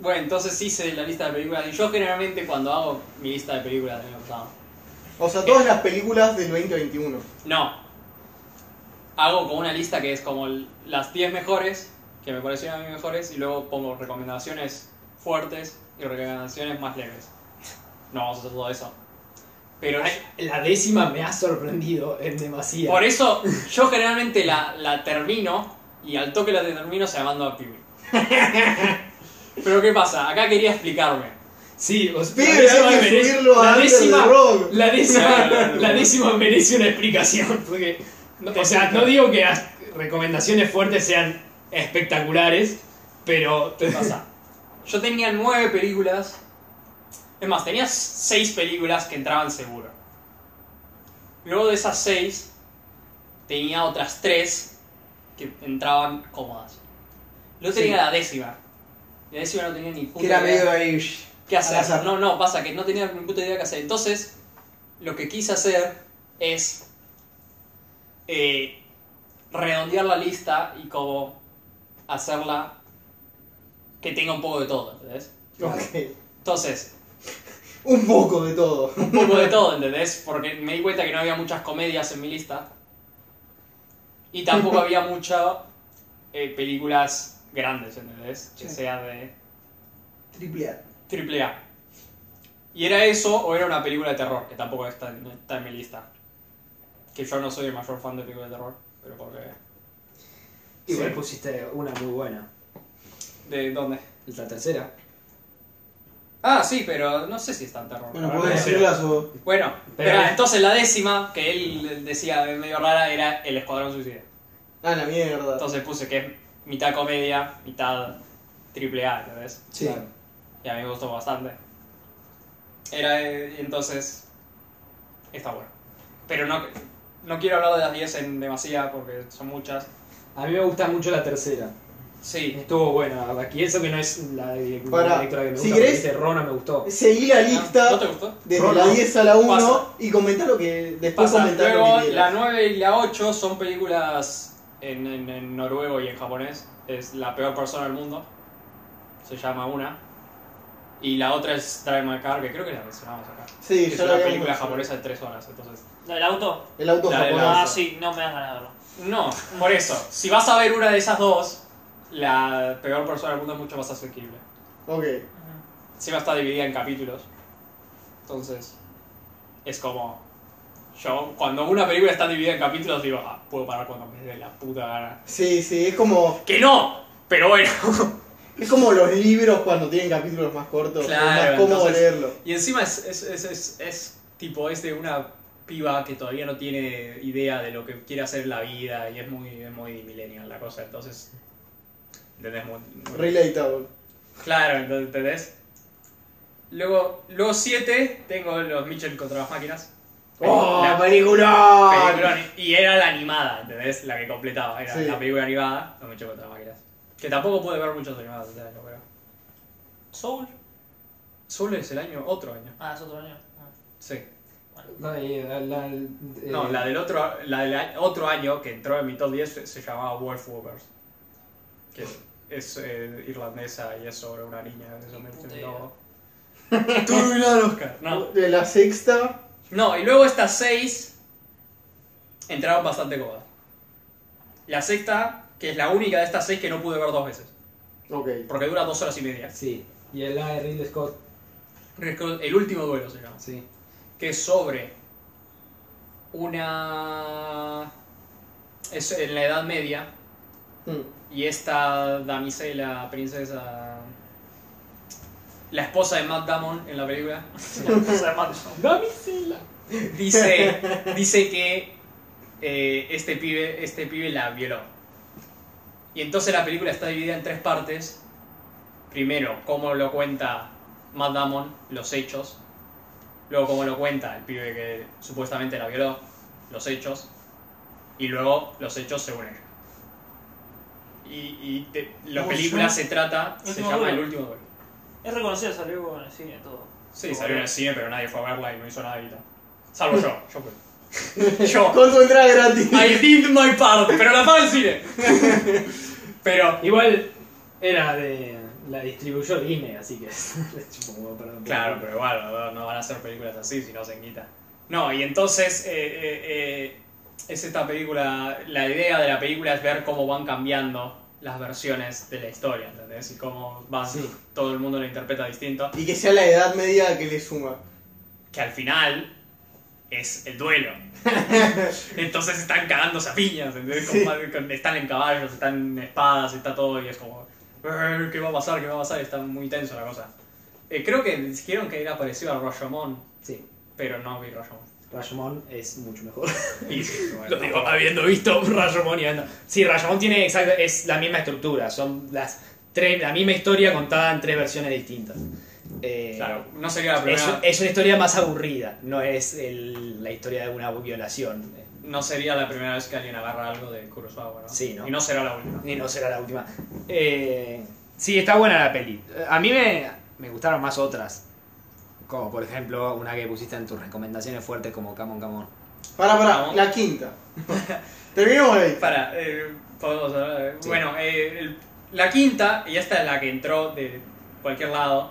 Bueno, entonces hice la lista de películas. Y yo generalmente cuando hago mi lista de películas me gustaba. O sea, Eh, todas las películas del 2021. No. Hago como una lista que es como el- las 10 mejores, que me parecieron a mí mejores, y luego pongo recomendaciones fuertes y recomendaciones más leves. No vamos a hacer todo eso. Pero Ay, La décima me ha sorprendido en demasía. e- por eso yo generalmente la, la termino y al toque la termino se la mando a Pibi. Pero ¿qué pasa? Acá quería explicarme. Sí, os Pibes, la hay que merece- subirlo a la Under the décima, Rock. la décima, No, no, no. la décima merece una explicación. Porque, no- o sea, no digo que las recomendaciones fuertes sean espectaculares, pero ¿Qué pasa? Yo tenía nueve películas. Es más, tenía seis películas que entraban seguro. Luego de esas seis, tenía otras tres que entraban cómodas. Luego tenía la décima. La décima no tenía ni puta Que era idea medio ahí. qué hacer. al azar. No, no, pasa que no tenía ni puta idea qué hacer. Entonces, lo que quise hacer es eh, redondear la lista y como hacerla que tenga un poco de todo, ¿entendés? Ok. Entonces, Un poco de todo. un poco de todo, ¿entendés? Porque me di cuenta que no había muchas comedias en mi lista. Y tampoco había muchas películas grandes, ¿entendés? Que Sí. sea de Triple A. Triple A. Y era eso o era una película de terror, que tampoco está, no está en mi lista. Que yo no soy el mayor fan de películas de terror, pero porque... igual Sí. pusiste una muy buena. ¿De dónde? La tercera. Ah, sí, pero no Ah, sé si está en terror. Bueno, la puedo verdad. puede ser. decirlas o. Bueno, Pero- espera, entonces la décima, que él decía medio rara, era El Escuadrón Suicida. Ah, la mierda. Entonces puse que es mitad comedia, mitad triple A, ¿entendés? Sí. Claro. Y a mí me gustó bastante. Era eh, entonces. Está bueno. Pero no, no quiero hablar de las 10 en demasía porque son muchas. A mí me gusta mucho la tercera. Sí. Estuvo buena. Aquí eso que no es la, direct- Pará, la directora que me Ah, si gusta, porque querés- dice Rona me gustó. Seguí la ¿No te lista gustó? desde Rolo. la 10 a la 1 Pasa. y comentá lo que. Después Pasa. comentá lo Luego, que la quieras. 9 y la 8 son películas en, en- en noruego y en japonés. Es La peor persona del mundo. Se llama una. Y la otra es Drive My Car, que creo que la mencionamos acá. Sí, es ya la una habíamos película mencionado. japonesa de 3 horas, entonces. ¿La del auto? El auto La de japonés. la- Ah, sí, no me han ganado. No, por eso. Si vas a ver una de esas dos, la peor persona del mundo es mucho más asequible. Ok. Encima está dividida en capítulos. Entonces, es como. Yo, cuando una película está dividida en capítulos, digo, ah, puedo parar cuando me dé la puta gana. Sí, sí, es como. ¡Que no! Pero bueno. Es como los libros cuando tienen capítulos más cortos. Claro, es más cómodo entonces- leerlo. Y encima es, es, es, es, es tipo, es de una piba que todavía no tiene idea de lo que quiere hacer en la vida y es muy, es muy millennial la cosa. Entonces, ¿entendés? Muy- muy- Relatable. Claro, entonces, ¿entendés? Luego, luego 7, tengo los Mitchell contra las máquinas. Oh, La- película! película ani- y era la animada, ¿entendés? La que completaba, era Sí. la película animada, los Mitchell contra las máquinas. Que tampoco pude ver muchos animados, ¿entendés? No, pero... ¿Soul? Solo es el año, otro año. Ah, es otro año. Ah. Sí. No, y la, la- No, eh, la del otro, la del a- otro año que entró en mi top 10 se, se llamaba Wolf Walkers. Que es eh, irlandesa y es sobre una niña. Eso me Puta no. Tuve el Oscar. No. De la sexta. No, y luego estas seis entraron bastante cómodas. La sexta, que es la única de estas seis que no pude ver dos veces, Ok. porque dura dos horas y media. Sí. Y el de Ridley Scott. El último duelo se llama. Sí. Que es sobre una... Es en la Edad Media Mm. y esta damisela, princesa... La esposa de Matt Damon en la película. ¡Damisela! dice, dice que eh, este, pibe, este pibe la violó. Y entonces la película está dividida en tres partes. Primero, cómo lo cuenta Matt Damon, los hechos. Luego, cómo lo cuenta el pibe que supuestamente la violó, los hechos. Y luego, los hechos según ella. Y, y te- la Uy, película yo- se trata, se Último llama duelo. El último duelo. Es reconocida, salió con el cine y todo. Sí, salió en el cine, pero nadie fue a verla y no hizo nada. y tal. Salvo yo, yo fui. Yo. Con tu entrada gratis. I did my part, pero la pago el cine. pero Igual era de, Eh, la distribuyó Disney, así que le chupo un huevo, perdón. Claro, pero igual, no- no van a hacer películas así si no se quita. No, y entonces eh, eh, eh, es esta película, la idea de la película es ver cómo van cambiando las versiones de la historia, ¿entendés? Y cómo va, Sí. todo el mundo la interpreta distinto. Y que sea la edad media que le suma. Que al final es el duelo. entonces están cagándose a piñas, ¿entendés? Con Sí. madre- con- están en caballos, están en espadas, está todo y es como, "Eh, ¿qué va a pasar? ¿Qué va a pasar? Está muy tenso la cosa. Eh, creo que dijeron que era parecido a Rashomon. Sí, Pero no vi Rashomon. Rashomon es mucho mejor. Y sí, bueno, Lo digo habiendo visto Rashomon y anda. Sí, Rashomon tiene exacta, es la misma estructura, son las tres, la misma historia contada en tres versiones distintas. Eh, Claro, no sería la Es, primera, es una historia más aburrida, no es el- la historia de una violación. eh, no sería la primera vez que alguien agarra algo de Kurosawa, ¿no? Sí, ¿no? Y no será la última. Ni no será la última. Eh, sí, está buena la peli. Eh, A mí me, me gustaron más otras. Como por ejemplo una que pusiste en tus recomendaciones fuertes como Camon Camon. Para, para, Vamos. la quinta. Terminemos ahí. Para, eh, podemos hablar de- Sí. Bueno, eh, el- la quinta, y esta es la que entró de cualquier lado,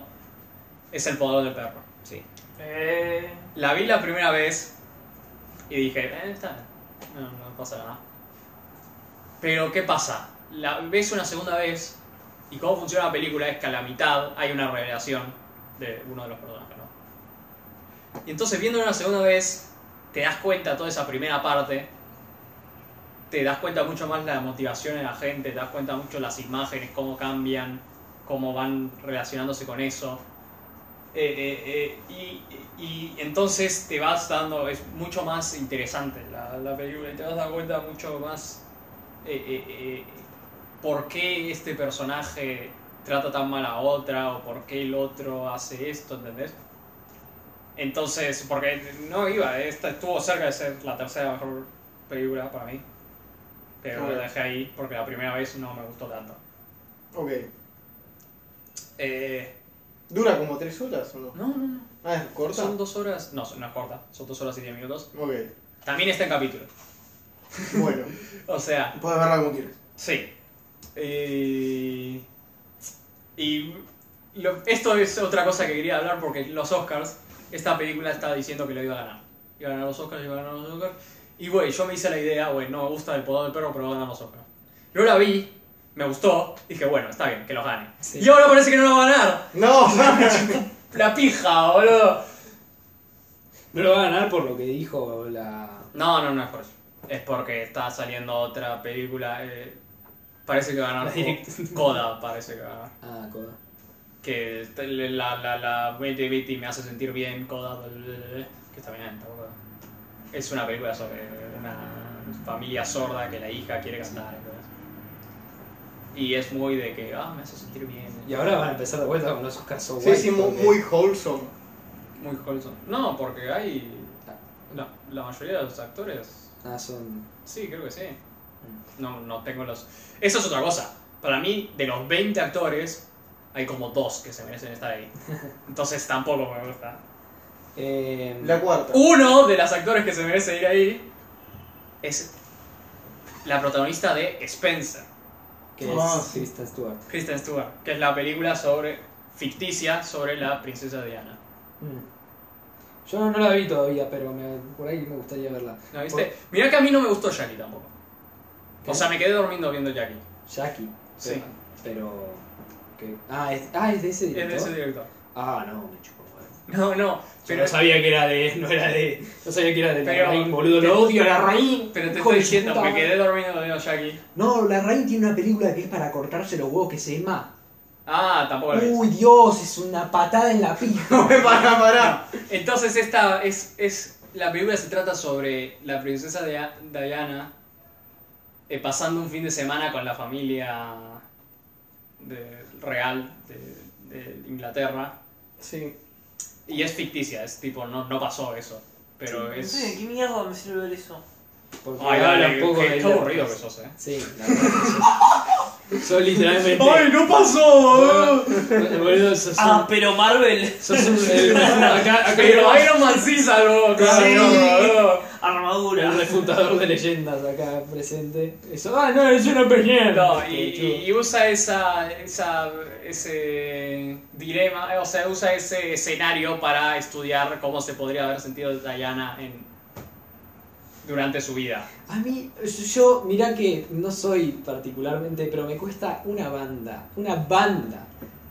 es El Poder del Perro. Sí. Eh, La vi la primera vez y dije, eh, está bien. No, no pasa nada. Pero, ¿qué pasa? La ves una segunda vez y cómo funciona la película es que a la mitad hay una revelación de uno de los personajes, ¿no? Y entonces, viéndola una segunda vez, te das cuenta toda esa primera parte. Te das cuenta mucho más la motivación de la gente, te das cuenta mucho las imágenes, cómo cambian, cómo van relacionándose con eso. Eh, eh, eh, y, y entonces te vas dando, es mucho más interesante la, la película y te vas dando cuenta mucho más eh, eh, eh, por qué este personaje trata tan mal a otra o por qué el otro hace esto, ¿entendés? Entonces, porque no iba, esta estuvo cerca de ser la tercera mejor película para mí, pero la dejé ahí porque la primera vez no me gustó tanto. Ok. Eh, ¿Dura como tres horas o no? no, no, no. Ah, es corta. Son dos horas, no, no es corta, son dos horas y diez minutos. Ok. También está en capítulo. Bueno, O sea, puedes verla como quieras. sí. Eh, y lo- esto es otra cosa que quería hablar porque los Oscars, esta película estaba diciendo que lo iba a ganar. Iba a ganar los Oscars, iba a ganar los Oscars. Y güey, yo me hice la idea, güey, no me gusta el poder del perro, pero va a ganar los Oscars. Yo la vi, me gustó, dije, bueno, está bien, que los gane. Sí. Y ahora parece que no lo va a ganar. No, La pija, boludo. No lo va a ganar por lo que dijo la... No, no, no es por eso. Es porque está saliendo otra película. eh, parece que va a ganar La direct- Coda, parece que va a ganar. Ah, Coda. Que este, la, la, la Betty Betty me hace sentir bien, Coda, bla, bla, bla, bla, que está bien, tampoco. Es una película sobre una familia sorda que la hija quiere cantar. y todo eso. Y es muy de que, ah, me hace sentir bien. Y ahora van a empezar de vuelta con los Oscars So sí, White, sí, mu- porque- muy wholesome. Muy wholesome. No, porque hay. La, la mayoría de los actores Ah, son... Sí, creo que sí. Mm. No, no tengo los. Eso es otra cosa. Para mí, de los 20 actores, hay como dos que se merecen estar ahí. Entonces tampoco me gusta. Eh, La Mm. cuarta. Uno de los actores que se merece ir ahí es la protagonista de Spencer, que es Ah, sí. Kristen Stewart. Kristen Stewart, que es la película sobre ficticia sobre la princesa Diana. Mm. Yo no, no la vi todavía, pero me- por ahí me gustaría verla. ¿No viste? Mirá que a mí no me gustó Jackie tampoco. O sea, me quedé durmiendo viendo Jackie. Jackie. Sí. Pero... ¿qué? Ah, es, ah, es de ese Es director. de ese director. Ah, no, me chupó. No, huevo. no. Pero no sabía que era de. No era de. No sabía que era de Pero- la Rain, boludo. Lo odio a la Rain. Pero te Hijo estoy de su diciendo, puta me madre. quedé dormido viendo Jackie. No, la Rain tiene una película que es para cortarse los huevos que se llama. Ah, tampoco la vi. Uy, Dios, es una patada en la pija. para, para. Entonces esta es, es la película se trata sobre la princesa Dia- Diana eh, pasando un fin de semana con la familia de- real de, de Inglaterra Sí. y es ficticia, es tipo no, no pasó eso, pero no sé, es ¿Qué mierda me sirve ver eso? Porque Ay, habla dale, un poco qué, de. qué aburrido que sos, eh. Sí, la verdad que sí. Sos literalmente. ¡Ay, no pasó! Boludo, sos Ah, un- pero Marvel. sos un- eh, acá- acá- Pero Iron Man sí salvó, claro, Sí. no, no. Armadura. El refutador de leyendas acá presente. Eso, ah, no, es una peñera. No, Este, y, y- y usa esa, esa, ese dilema, eh, o sea, usa ese escenario para estudiar cómo se podría haber sentido Diana en, durante su vida. A mí, yo, mirá que no soy particularmente, pero me cuesta una banda, una banda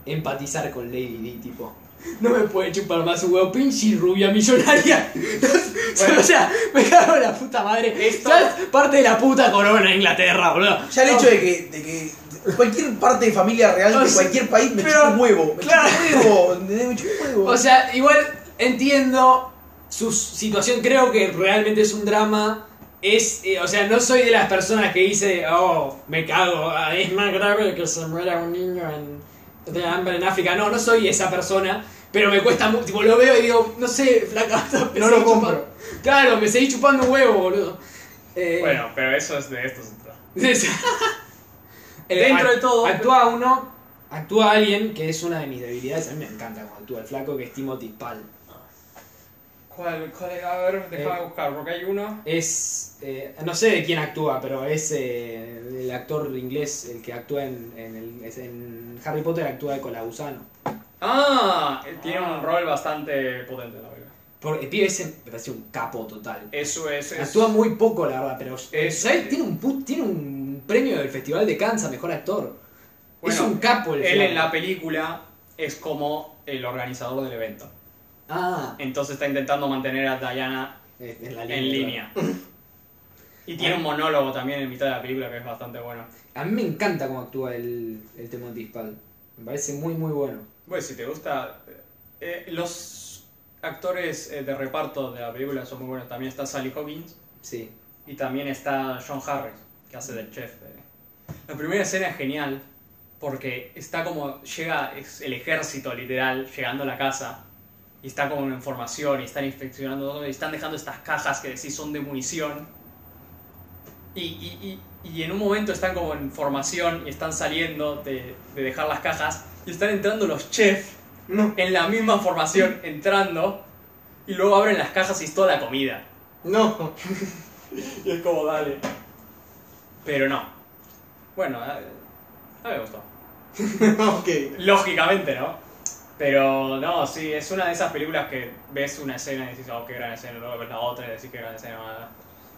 empatizar con Lady Di, tipo. No me puede chupar más un huevo, pinche rubia millonaria. o sea, me cago en la puta madre. Esto- ¿Sabes? Parte de la puta corona de Inglaterra, boludo. Ya el hecho de que, de que cualquier parte de familia real O de sea, cualquier país me pero- chupa un huevo. Me claro. chupa un huevo. ¿entendés? Me chupa un huevo. O sea, igual entiendo su situación, creo que realmente es un drama. Es, eh, o sea, no soy de las personas que dice, oh, me cago, ah, es más grave que se muera un niño en, de hambre en África. No, no soy esa persona, pero me cuesta mucho, tipo, lo veo y digo, no sé, flaca, me No seguí lo compro. chupando- Claro, me seguí chupando un huevo, boludo. Eh, Bueno, pero eso es de estos. es- Eh, Dentro de todo- Actúa uno, actúa alguien que es una de mis debilidades. A mí me encanta cuando actúa el flaco, que es Timothy Pal. ¿Cuál, cuál es? A ver, déjame Eh. buscar, porque hay uno. Es. eh, no sé de quién actúa, pero es eh, el actor inglés, el que actúa en, en el- es en Harry Potter, actúa de colagusano. Ah, él tiene un rol bastante potente la verdad. Porque el pibe ese me parece un capo total. Eso es. es- Actúa muy poco, la verdad, pero. Es- ¿Sabes? Tiene un, put- tiene un premio del Festival de Kansas, mejor actor. es Bueno, un capo el Él en la flaco. película es como el organizador del evento. Ah, Entonces está intentando mantener a Diana eh, en la línea. en línea. Y tiene un monólogo también en mitad de la película que es bastante bueno. A mí me encanta cómo actúa el, el Timothy Spall. Me parece muy, muy bueno. Bueno, si te gusta. eh, los actores eh, de reparto de la película son muy buenos. También está Sally Hawkins Sí. y también está John Harris, que hace del chef. eh. La primera escena es genial porque está como. Llega es el ejército literal llegando a la casa y está como en formación y están inspeccionando todo y están dejando estas cajas que decís son de munición. Y, y- y- y en un momento están como en formación y están saliendo de, de dejar las cajas y están entrando los chefs No. en la misma formación, entrando y luego abren las cajas y es toda la comida. No. Y es como, dale. Pero no. Bueno, a, a mí me gustó. ok. Lógicamente, ¿no? Pero no, sí, es una de esas películas que ves una escena y decís, oh, qué gran escena, luego ves la otra y decís, qué gran escena. bla, bla.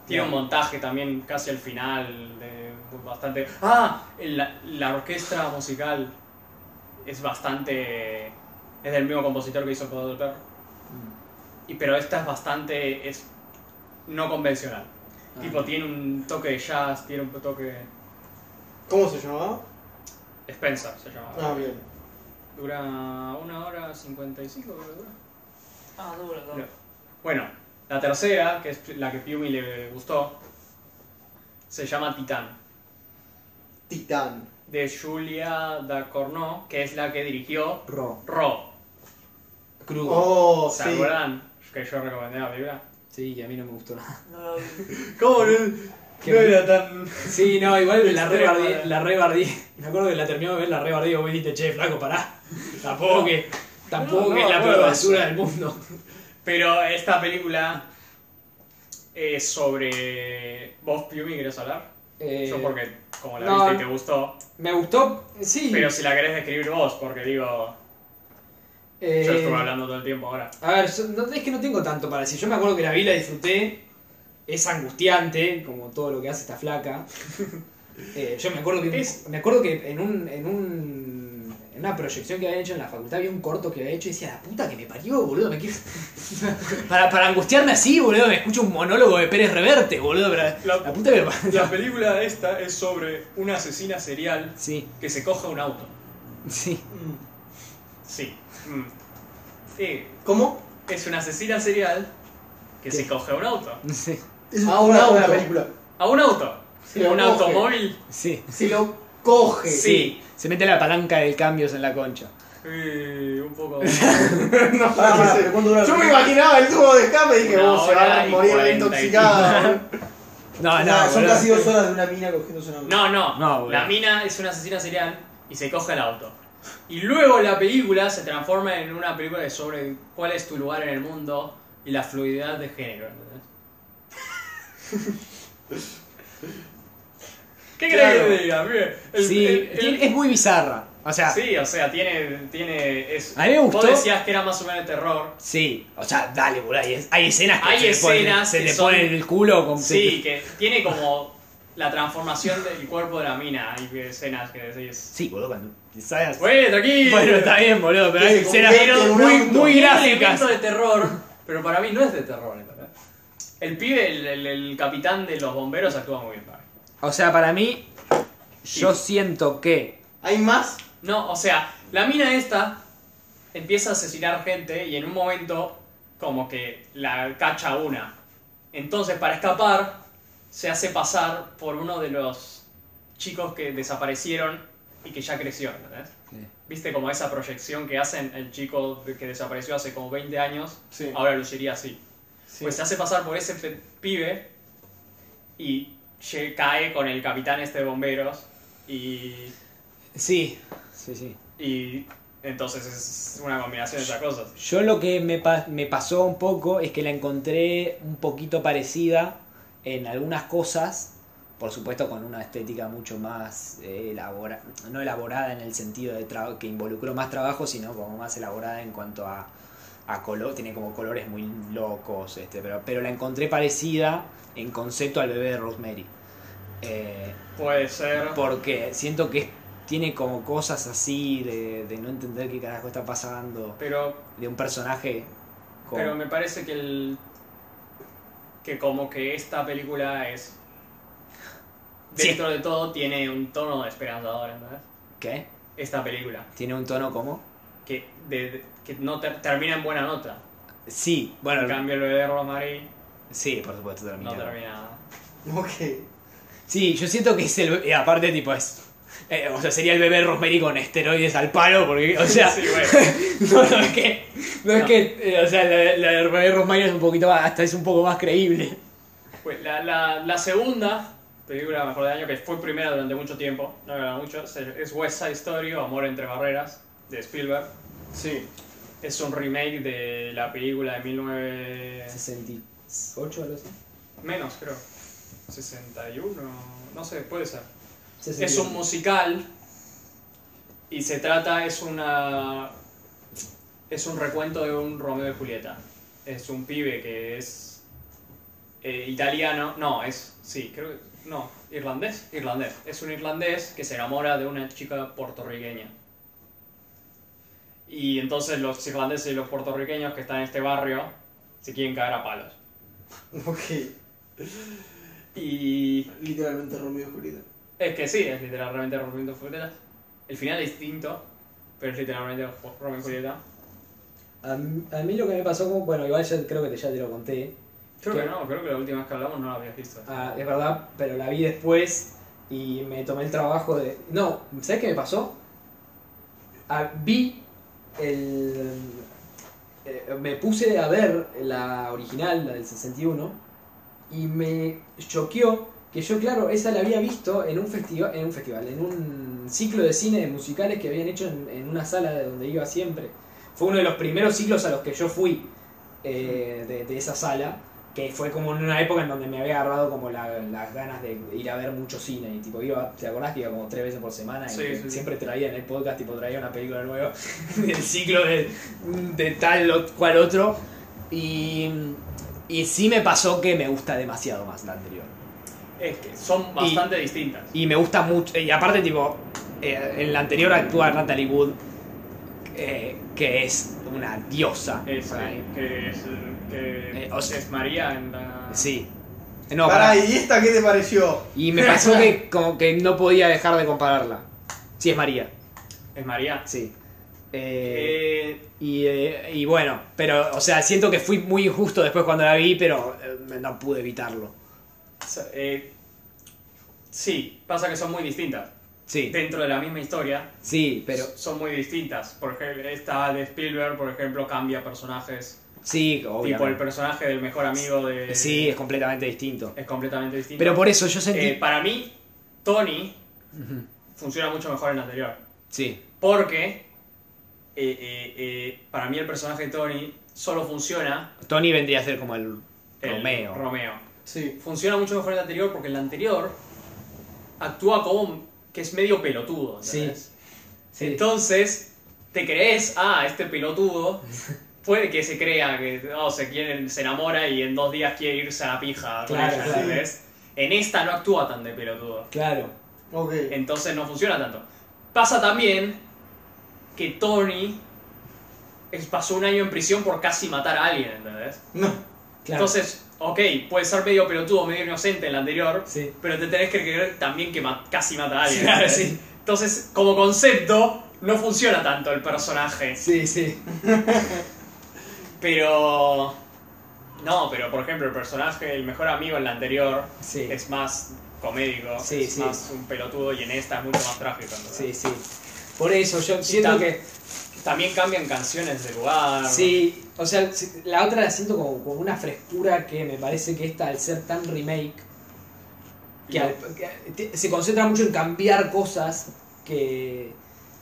Tiene un montaje también casi al final, de bastante... Ah, la, la orquesta musical es bastante... Es del mismo compositor que hizo El Poder del Perro. Mm. Y, pero esta es bastante... es no convencional. Ah. Ah, Tipo, tiene un toque de jazz, tiene un toque... ¿Cómo se llamaba? Spencer se llama. Ah, bien. Dura una hora 55, creo que dura. Ah, duro, duro. No. Bueno, la tercera, que es la que Piumi le gustó, se llama Titán, Titán. de Julia Dacorno, que es la que dirigió Ro. Ro, Crudo. Oh, ¿se sí. acuerdan? Que yo recomendé la película. Sí, que a mí no me gustó nada. No lo vi. ¿Cómo no, Qué no mal. era tan. Sí, no, igual la Extrema, rebardí, eh. la rebardí. Me acuerdo que la terminó de ver, la rebardí y vos dijiste, che, flaco, pará. Tampoco que, tampoco No, que es no, la peor bueno. basura del mundo. Pero esta película es sobre... ¿Vos, Piumi, querés hablar? Eh, yo porque, como la no. viste y te gustó, Me gustó, sí. pero si la querés describir vos, porque digo, eh, yo estuve hablando todo el tiempo ahora. A ver, yo- no, es que no tengo tanto para decir. Yo me acuerdo que la vi, la disfruté. Es angustiante, como todo lo que hace esta flaca. Eh, yo me acuerdo que, Es- me acuerdo que en, un, en un- en una proyección que había hecho en la facultad, había un corto que había hecho y decía, la puta que me parió, boludo. Me quiero... para, para angustiarme así, boludo, me escucho un monólogo de Pérez Reverte, boludo. Pero, La- la puta que me parió. La película esta es sobre una asesina serial Sí, que se coja un auto. sí. Mm. Sí. Mm. Sí, ¿Cómo? es una asesina serial que se coge un auto. Sí, Es Ah, una una buena auto. película. ¿A un auto? Se ¿A un lo coge. automóvil? sí. Se lo coge. Sí. Se mete la palanca del cambios en la concha. Eh, un poco. No, Pará, no pará, sé. pero ¿cuánto dura la Yo me película? imaginaba el tubo de escape y dije, Una vos se hora va a y morir cuarenta y intoxicada. No, no, Nada, son boludo. casi dos horas de una mina cogiéndose una No, no, No, boludo. la mina es una asesina serial y se coge el auto. Y luego la película se transforma en una película de sobre cuál es tu lugar en el mundo y la fluidez de género. ¿entendés? ¿Qué crees Claro. que te diga? Mire, el- Sí, el- el- tiene- es muy bizarra. O sea, sí. sí, o sea, tiene. tiene es- A mí me gustó. Vos decías que era más o menos de terror. O sea, dale, boludo. Hay, es- hay escenas que Hay se, le ponen, escenas se que le son- ponen el culo. Con, Sí, que tiene como la transformación del cuerpo de la mina. Hay escenas que decís. Sí, boludo. Cuando, esas- Bueno, tranquilo. Bueno, está bien, boludo. Pero hay Que se escenas convierte en un muy, auto. muy Tiene gráficas. elemento de terror, pero para mí no es de terror. ¿verdad? El pibe, el, el- el capitán de los bomberos actúa muy bien. para mí. O sea, para mí, yo siento que. ¿Hay más? No, o sea, la mina esta empieza a asesinar gente y en un momento como que la cacha una. Entonces, para escapar, se hace pasar por uno de los chicos que desaparecieron y que ya creció, ¿entendés? Sí. ¿Viste como esa proyección que hacen el chico de- que desapareció hace como 20 años? Sí. Ahora luciría así. Sí. Pues se hace pasar por ese pe- pibe y lle- cae con el capitán este de bomberos y, Sí, sí, sí. y entonces es una combinación de esas cosas. Yo lo que me, pa- me pasó un poco es que la encontré un poquito parecida en algunas cosas, por supuesto con una estética mucho más eh, elabora- no elaborada en el sentido de tra- que involucró más trabajo, sino como más elaborada en cuanto a, a color, tiene como colores muy locos, este, pero, pero la encontré parecida en concepto al bebé de Rosemary. Eh, Puede ser. porque siento que tiene como cosas así de, de no entender qué carajo está pasando Pero, de un personaje con- pero me parece que el. que como que esta película es. Sí. Dentro de todo tiene un tono esperanzador, ¿entendés? ¿Qué? Esta película. ¿Tiene un tono como? Que, de- de- que no ter- termina en buena nota. Sí, En bueno, cambio, el bebé de Rosemary sí, por supuesto termina. no termina. Ok. Sí, yo siento que es el... be- y aparte, tipo, es... eh, o sea, sería el bebé Rosemary con esteroides al palo, porque, o sea, Sí, bueno. no, no es que, no, es No. que, eh, o sea, la, la del bebé Rosemary es un poquito más, hasta es un poco más creíble. Pues la, la, la segunda película mejor del año, que fue primera durante mucho tiempo, no ganó mucho, se- es West Side Story o Amor entre Barreras, de Spielberg. Sí. Es un remake de la película de 19... 68 o algo así. menos, creo. 61, no sé, puede ser. Es un musical y se trata, es una. Es un recuento de un Romeo y Julieta. Es un pibe que es. eh, italiano. No, es. Sí, creo que. No, irlandés. Irlandés. Es un irlandés que se enamora de una chica puertorriqueña. Y entonces los irlandeses y los puertorriqueños que están en este barrio se quieren caer a palos. Ok. Y. Literalmente Romeo y Julieta. Es que sí, es literalmente Romeo y Julieta. El final es distinto, pero es literalmente Romeo y Julieta. A, mí- a mí lo que me pasó, como, bueno, igual yo creo que te- ya te lo conté, Creo ¿Qué? que no, creo que la última vez que hablamos no la habías visto. Ah, es verdad, pero la vi después y me tomé el trabajo de... No, ¿sabes qué me pasó? Ah, vi el... eh, me puse a ver la original, la del 61, y me choqueó que yo, claro, esa la había visto en un, festival en un festival, en un ciclo de cine de musicales que habían hecho en, en una sala de donde iba siempre. Fue uno de los primeros ciclos a los que yo fui eh, de- de esa sala que fue como en una época en donde me había agarrado como la- las ganas de ir a ver mucho cine y tipo iba, ¿te acordás que iba como tres veces por semana y Sí, que sí, sí. siempre traía en el podcast tipo traía una película nueva del ciclo de, de tal o cual otro y, y sí me pasó que me gusta demasiado más la anterior Es que son bastante distintas. y me gusta mucho y aparte tipo eh, en la anterior actúa Natalie Wood eh, que es una diosa Es, para mí. eh, que es, eh, que Eh, o sea- es María en la... sí no, Pará, para, ¿y esta qué te pareció? Y me pasó que como que no podía dejar de compararla. Sí, es María. Es María. Sí. Eh, Eh, y, eh, y bueno, pero, o sea, siento que fui muy injusto después cuando la vi, pero eh, no pude evitarlo. so- eh, sí, pasa que son muy distintas. Sí, Dentro de la misma historia, sí, pero... son muy distintas. Por ejemplo, esta de Spielberg, por ejemplo, cambia personajes Sí, Tipo, el obviamente. personaje del mejor amigo de. Sí, es completamente distinto. Es completamente distinto. Pero por eso yo sentí. Eh, para mí, Tony Ujú. funciona mucho mejor en el anterior. Sí, Porque eh, eh, eh, para mí el personaje de Tony solo funciona Tony vendría a ser como el el Romeo. Romeo. Sí. Funciona mucho mejor en el anterior porque en el anterior actúa como un- que es medio pelotudo. ¿entendés? Sí. Entonces, te crees, ah, este pelotudo puede que se crea que oh, se, quieren, se enamora y en dos días quiere irse a la pija. con Claro, ella, claro. ¿entendés? En esta no actúa tan de pelotudo. Claro. Ok. Entonces no funciona tanto. Pasa también que Tony es- pasó un año en prisión por casi matar a alguien, ¿entendés? No. Claro. Entonces, ok, puede ser medio pelotudo, medio inocente en la anterior, Sí. pero te tenés que creer también que ma- casi mata a alguien. Claro, ¿entendés? sí. Entonces, como concepto, no funciona tanto el personaje. Sí, sí. Pero... No, pero por ejemplo, el personaje, el mejor amigo en la anterior, Sí. es más comédico, Sí, es sí. más un pelotudo y en esta es mucho más trágico. ¿entendés? Sí, sí. Por eso yo siento tam- que. También cambian canciones de lugar. Sí, o sea, si- la otra la siento como, como una frescura que me parece que esta, al ser tan remake, que, al- que te- se concentra mucho en cambiar cosas que,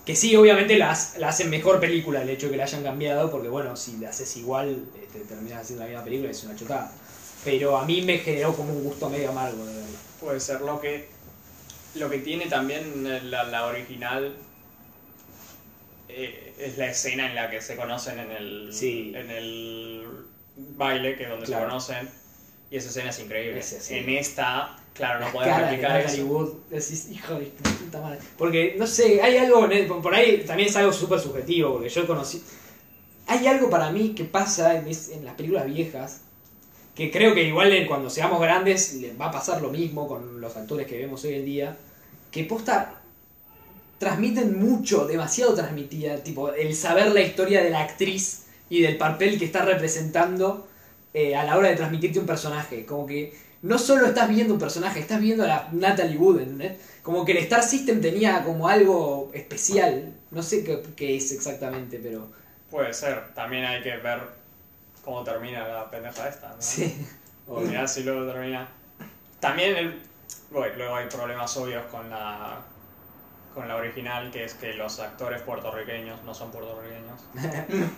que sí, obviamente las, la hacen mejor película el hecho de que la hayan cambiado, porque bueno, si la haces igual, este, terminas haciendo la misma película y es una chotada. Pero a mí me generó como un gusto medio amargo de verla. Puede ser lo que. Lo que tiene también la, la original eh, es la escena en la que se conocen en el. Sí. En el baile, que es donde Claro. se conocen. Y esa escena es increíble. Ese, sí. En esta, claro, no Las podemos caras de replicar Natalie eso. Wood, decís, hijo de puta madre. Porque, no sé, hay algo, en el- por ahí también es algo súper subjetivo, porque yo conocí... Hay algo para mí que pasa en, es- en las películas viejas, que creo que igual en- cuando seamos grandes les va a pasar lo mismo con los actores que vemos hoy en día, que posta transmiten mucho, demasiado transmitida, tipo el saber la historia de la actriz y del papel que está representando eh, a la hora de transmitirte un personaje, como que no solo estás viendo un personaje, estás viendo a la Natalie Wood, ¿entendés? Como que el Star System tenía como algo especial. No sé qué, qué es exactamente, pero. Puede ser. También hay que ver cómo termina la pendeja esta. ¿no? Sí. O mirá si luego termina. También el- bueno, luego hay problemas obvios con la con la original, que es que los actores puertorriqueños no son puertorriqueños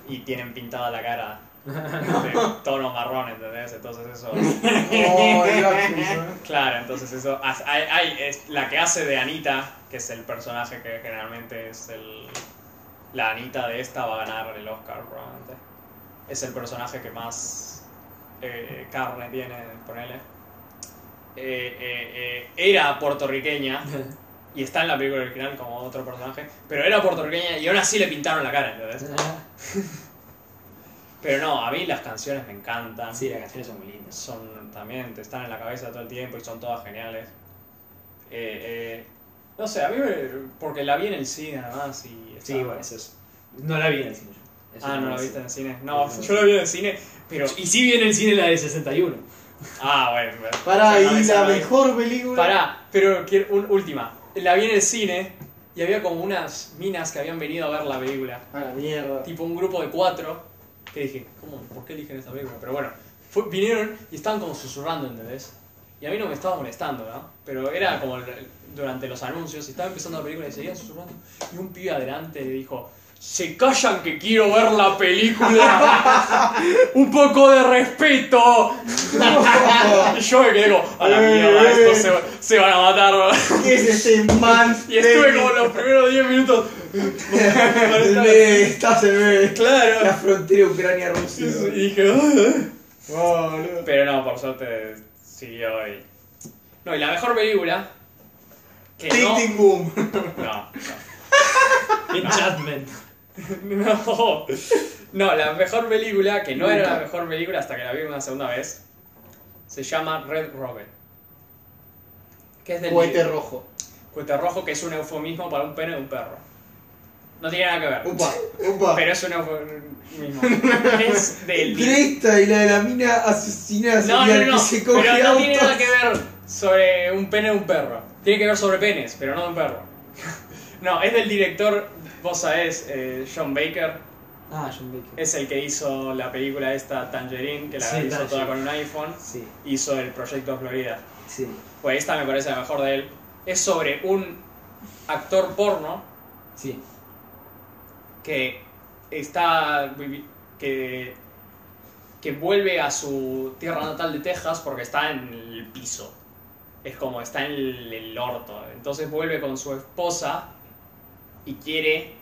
y tienen pintada la cara de tono marrón, ¿entendés? Entonces eso, Oh, el lapsus, ¿eh? claro, entonces eso, as- hay, hay- es la que hace de Anita, que es el personaje que generalmente es el la Anita de esta va a ganar el Oscar probablemente. Es el personaje que más eh, carne tiene, ponele. Eh, eh, eh, era puertorriqueña y está en la película original como otro personaje, pero era puertorriqueña y aún así le pintaron la cara, ¿entendés? Pero no, a mí las canciones me encantan. sí, las canciones son muy lindas. Son también, te están en la cabeza todo el tiempo y son todas geniales. Eh, eh, no sé, a mí me- porque la vi en el cine nada más y Sí, estaba- bueno, eso es. No la vi en el cine yo. Eso Ah, no lo la vi. viste en el cine. No, No. yo la vi en el cine, pero. Y sí vi en el cine la de 61. Ah, bueno. bueno. Pará, Esa no, y esa la no. mejor película. Pará, pero quiero- un- última. La vi en el cine y había como unas minas que habían venido a ver la película. A la mierda. Tipo un grupo de cuatro que dije, ¿cómo? ¿Por qué eligen esta película? Pero bueno, fue- vinieron y estaban como susurrando, ¿entendés? Y a mí no me estaba molestando, ¿no? Pero era como el- durante los anuncios, y estaba empezando la película y seguían susurrando. Y un pibe adelante le dijo, se callan que quiero ver la película. un poco de respeto. y yo me quedé como, a la mierda, estos se, se van a matar. ¿no? ¿Qué es este man? y estuve como los primeros 10 minutos. El bebé, estás el bebé. claro. La frontera Ucrania-Rusia. Y dije, "Ah". Oh, boludo. Pero no, por suerte siguió y. No, y la mejor película. Que no. Tic tic boom. No, Enchantment. no. No. No, la mejor película, que no era la mejor película hasta que la vi una segunda vez, se llama Red Robin. Que es del. Cohete rojo. Cohete rojo, que es un eufemismo para un pene de un perro. No tiene nada que ver. Upa, upa. Pero es un eufemismo. es del. Cresta y la de la mina asesina No, serial no, no. que se coge pero no autos. tiene nada que ver sobre un pene de un perro. Tiene que ver sobre penes, pero no de un perro. no, es del director, vos sabés, eh, John Baker, Ah, John Baker. Es el que hizo la película esta Tangerine, que la Sí, hizo toda Tangerine. con un iPhone. Sí, Hizo el Proyecto Florida. sí. Pues esta me parece la mejor de él. Es sobre un actor porno Sí. que está vivi- que que vuelve a su tierra natal de Texas porque está en el piso es como está en el, el orto entonces vuelve con su esposa y quiere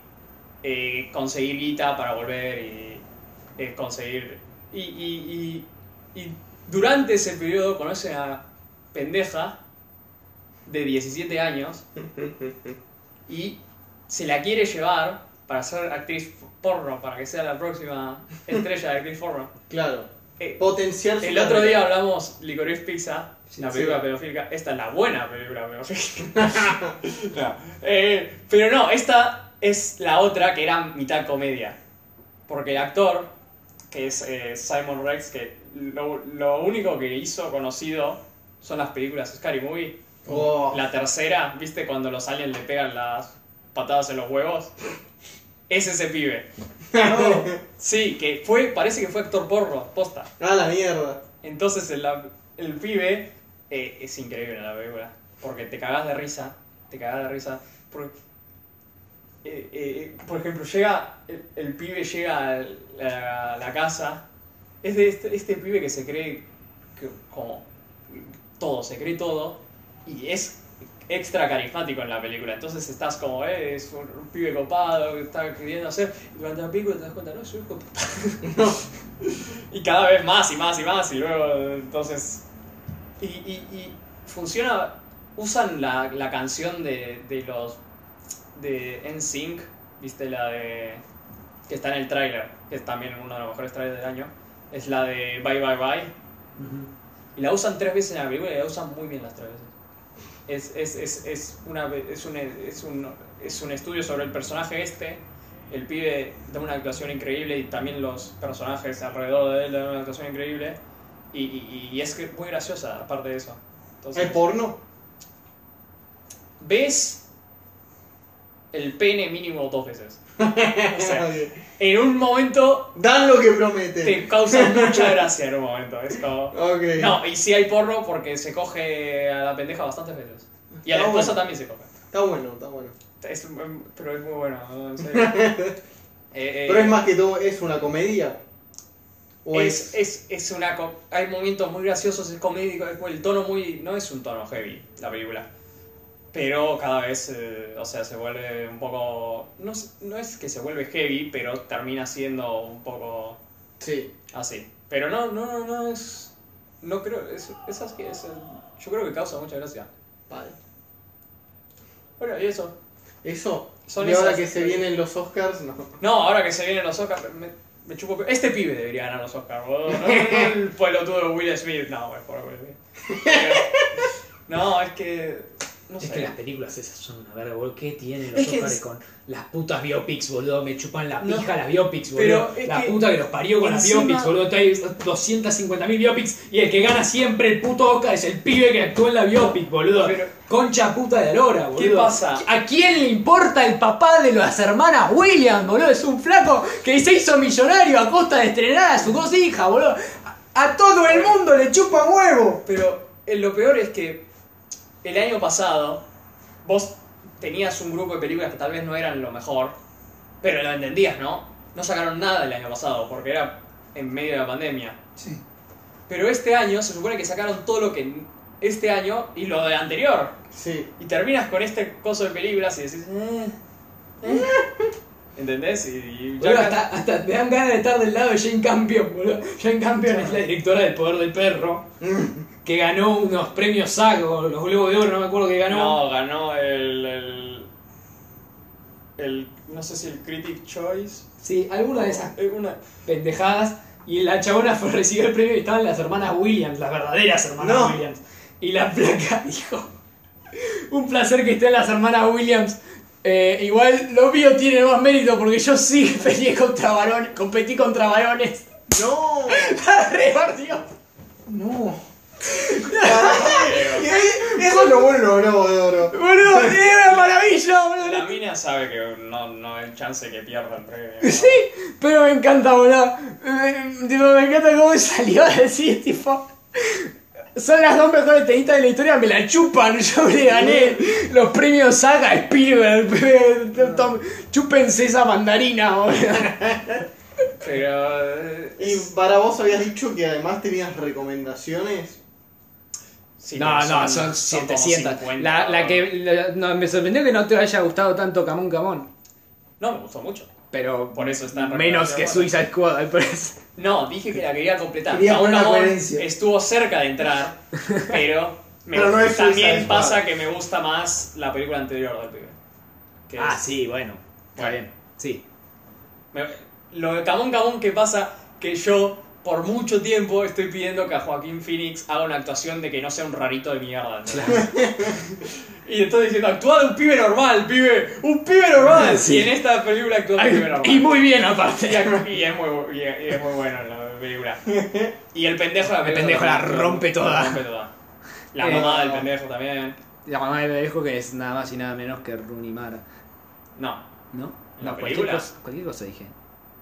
eh, conseguir guita para volver y eh, conseguir y, y- y- y durante ese periodo conoce a una pendeja de 17 años y se la quiere llevar para ser actriz porno, para que sea la próxima estrella de actriz porno. Claro. Eh, Potenciar su el otro carrera. día hablamos Licorice Pizza, la sí. película pedofílica. Esta es la buena película pedofílica. No. Eh, pero no, esta es la otra que era mitad comedia. Porque el actor, que es eh, Simon Rex, que lo, lo único que hizo conocido son las películas Scary Movie. Oh. La tercera, ¿viste cuando los aliens le pegan las patadas en los huevos? Es ese pibe. No. Sí, que fue, parece que fue actor porro, posta. Ah, la mierda. Entonces el, el pibe eh, es increíble la película. Porque te cagás de risa. Te cagás de risa. Por, eh, eh, eh, por ejemplo, llega. El, el pibe llega a la, a la casa. Es de este, este pibe que se cree que- como todo, se cree todo. Y es extra carismático en la película. Entonces estás como, eh, es un, un pibe copado que está queriendo hacer. Y durante la película te das cuenta, no, soy un hijo de y cada vez más y más y más y luego entonces y, y- y funciona usan la, la canción de, de los de NSYNC viste la de que está en el tráiler que es también uno de los mejores trailers del año es la de Bye Bye Bye y la usan tres veces en la película y la usan muy bien las tres veces es, es, es, es, una, ve- es, un, es, un, es un estudio sobre el personaje este el pibe da una actuación increíble y también los personajes alrededor de él dan una actuación increíble. Y, y- y es que muy graciosa, aparte de eso. Entonces, ¿Es porno? ves el pene mínimo dos veces. O sea, en un momento Dan lo que prometen. te causa mucha gracia en un momento. Es como- Ok. No, y sí hay porro porque se coge a la pendeja bastantes veces. Y a la Está bueno. esposa también se coge. Está bueno, está bueno. Es- pero es muy bueno, ¿no? en serio. Eh, eh, Pero es más que todo, ¿es una comedia? ¿O Es, es, es, es una. co- Hay momentos muy graciosos, es comédico, es el tono muy. No es un tono heavy la película. Pero cada vez, eh, o sea, se vuelve un poco. No, es- no es que se vuelve heavy, pero termina siendo un poco Sí. así. Pero no, no, no, no es. No creo. Es, es así, es, eh, yo creo que causa mucha gracia. Vale. Bueno, y eso. Eso. Son y ahora esas- que se vienen los Oscars, no. No, ahora que se vienen los Oscars, me, me chupo. pe- Este pibe debería ganar los Oscars, boludo. No, no el pelotudo de Will Smith. No, güey, por Will Smith. Pero- No, es que. No Es que las sé. películas esas son una verga, boludo. ¿Qué tienen Es los que Oscars es- con las putas biopics, boludo? Me chupan la No. pija las biopics, Pero boludo. es La que puta que los parió con las encima- biopics, boludo. Hay 250.000 biopics y el que gana siempre el puto Oscar es el pibe que actúa en la biopic, boludo. Pero- Concha puta de Lora, boludo. ¿Qué pasa? ¿A quién le importa el papá de las hermanas Williams, boludo? Es un flaco que se hizo millonario a costa de estrenar a sus dos hijas, boludo. A, a todo el mundo le chupa huevo. Pero eh, lo peor es que el año pasado vos tenías un grupo de películas que tal vez no eran lo mejor, pero lo entendías, ¿no? No sacaron nada el año pasado porque era en medio de la pandemia. Sí. Pero este año se supone que sacaron todo lo que n- este año y lo del anterior. Sí. Y terminas con este coso de películas y decís, eh, eh. ¿entendés? Y, y ya Boludo, acá- hasta, hasta te dan ganas de estar del lado de Jane Campion, boludo. Jane Campion es la directora del Poder del Perro, que ganó unos premios SAG o los Globos de Oro, no me acuerdo que ganó. No, ganó el, el, el- No sé si el Critic Choice. Sí, alguna de esas eh, una- pendejadas. Y la chabona fue a recibir el premio y estaban las hermanas Williams, las verdaderas hermanas No. Williams. Y la placa dijo: Un placer que estén las hermanas Williams. Eh, igual lo mío tiene más mérito porque yo sí peleé contra varones, competí contra varones. ¡No! Repartió. No. Y ahí, eso es lo bueno, no, no, no. ¡Boludo, es una maravilla, boludo! La mina sabe que no, no hay chance que pierda el premio. Sí, pero me encanta, boludo. Me, tipo, me encanta cómo salió a decir, tipo. Son las dos mejores tenistas de la historia, me la chupan. Yo me gané los premios Saga, Spielberg. Tom, chúpense esa mandarina, boludo. Pero. eh, Y para vos habías dicho que además tenías recomendaciones. sí, No, pero no, son como 700. 50, La, la ¿no? que la- no, me sorprendió que no te haya gustado tanto Camón Camón. No, me gustó mucho. Pero Por eso está en menos que recomendación. Suicide Squad, pues. al parecer. No, dije que la quería completar. Quería Cabo poner la Cabo coherencia. estuvo cerca de entrar, pero, me- Pero no es también Suicide pasa Squad. que me gusta más la película anterior del pibe. Que Ah, es- sí, bueno. Está Bueno. bien. Sí. me- lo de Camón Camón que pasa que yo por mucho tiempo estoy pidiendo que a Joaquín Phoenix haga una actuación de que no sea un rarito de mierda. ¿entendés? y estoy diciendo, actúa de un pibe normal, pibe, un pibe normal. Sí. Y en esta película actúa de un pibe normal. Y muy bien, aparte. Y, ac- y es muy, bu- y es y es muy bueno la película. Y el pendejo de la película El pendejo la también, rompe toda. rompe toda. La Eh, mamá del pendejo también. La mamá del pendejo que es nada más y nada menos que Rooney Mara. No. ¿No? ¿En la No, cualquier película? cosa, cualquier cosa dije.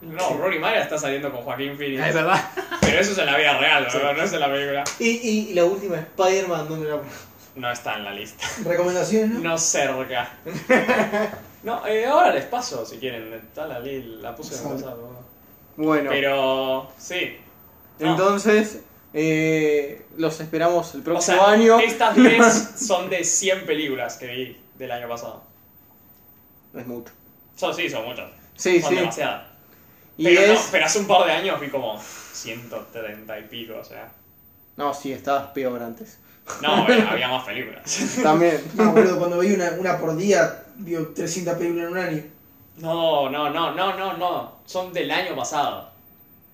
No, Rory Mara está saliendo con Joaquín Phoenix. Ah, es verdad. Pero eso es en la vida real, ¿no? no es en la película. Y, y la última, Spider-Man, ¿dónde la No está en la lista. Recomendaciones, ¿no? No cerca. No, eh, ahora les paso si quieren. Está la li- la puse en el pasado. Bueno, Pero sí. No. entonces eh, los esperamos el O próximo sea, año. estas 10 son de 100 películas que vi del año pasado. No es mucho. Son, sí, son muchas. Sí, son sí. demasiadas. Y pero, no, es. pero hace un par de años vi como 130 y pico, o sea. No, sí, estabas peor antes. No, eh, había más películas. También. No, boludo, cuando veía una, una por día, vio 300 películas en un año. No, no, no, no, no, no. Son del año pasado.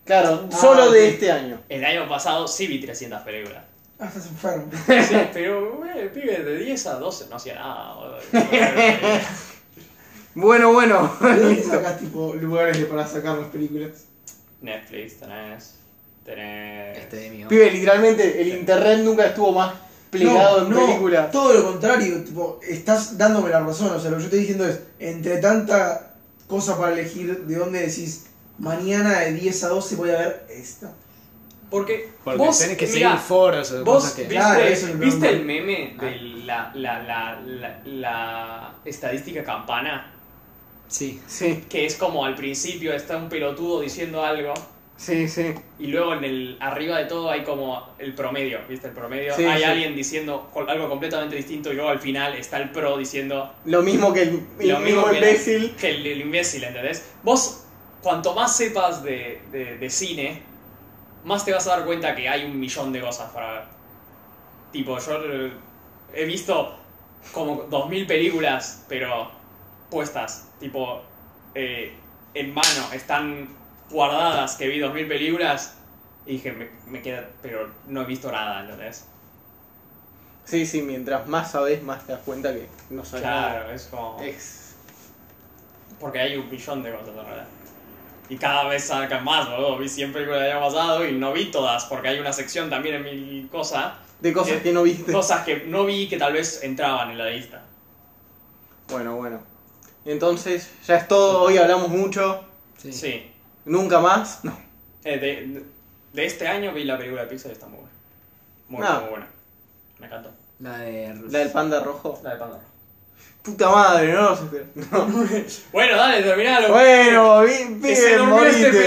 Claro, Ah, solo de ok. este año. El año pasado sí vi 300 películas. Ah, estás enfermo. Sí, pero, güey, el pibe de 10 a 12 no hacía nada, boludo. Bueno, bueno. ¿De dónde sacás, tipo, Tipo, lugares para sacar las películas. Netflix tenés. Tenés. Este de mío. Pibe, literalmente, el internet nunca estuvo más plegado en películas. Todo lo contrario, tipo, estás dándome la razón. O sea, lo que yo estoy diciendo es, entre tanta cosa para elegir, ¿de dónde decís? Mañana de 10 a 12 voy a ver esta. Porque, Porque vos, tenés que mirá, seguir foros o ¿Vos cosas que. viste, Claro, eso es lo viste normal. el meme Ah. de la, la, la, la, la estadística campana? Sí. Sí, Que es como al principio está un pelotudo diciendo algo sí, sí. y luego en el arriba de todo hay como el promedio, ¿viste? El promedio. Sí, hay sí. alguien diciendo col- algo completamente distinto y luego al final está el pro diciendo Lo mismo que el, el lo mismo mismo que, la- imbécil. que el, el imbécil, ¿entendés? Vos, cuanto más sepas de, de- de cine, más te vas a dar cuenta que hay un millón de cosas para ver. Tipo, yo eh, he visto como 2000 películas, pero puestas, tipo, eh, en mano, están guardadas que vi 2000 películas y dije, me, me queda, pero no he visto nada, ¿entendés? Sí, sí, mientras más sabes, más te das cuenta que no sabes. nada. Claro, es como... Es- Porque hay un millón de cosas, la verdad. Y cada vez sacan más, boludo. Vi 100 películas del año pasado y no vi todas, porque hay una sección también en mi cosa. De cosas Eh, que no viste. Cosas que no vi que tal vez entraban en la lista. Bueno, bueno. Entonces, ya es todo. Hoy hablamos mucho. Sí. Sí. Nunca más. No. Eh, de, de este año vi la película de Pixar y está muy buena. Muy, Ah. muy buena. Me encantó. La de. La del panda rojo. La de Pandora. Puta madre, no los espero. Bueno, dale, terminalo. Bueno, vi- Que se bien, durmió este morite. pelotudo.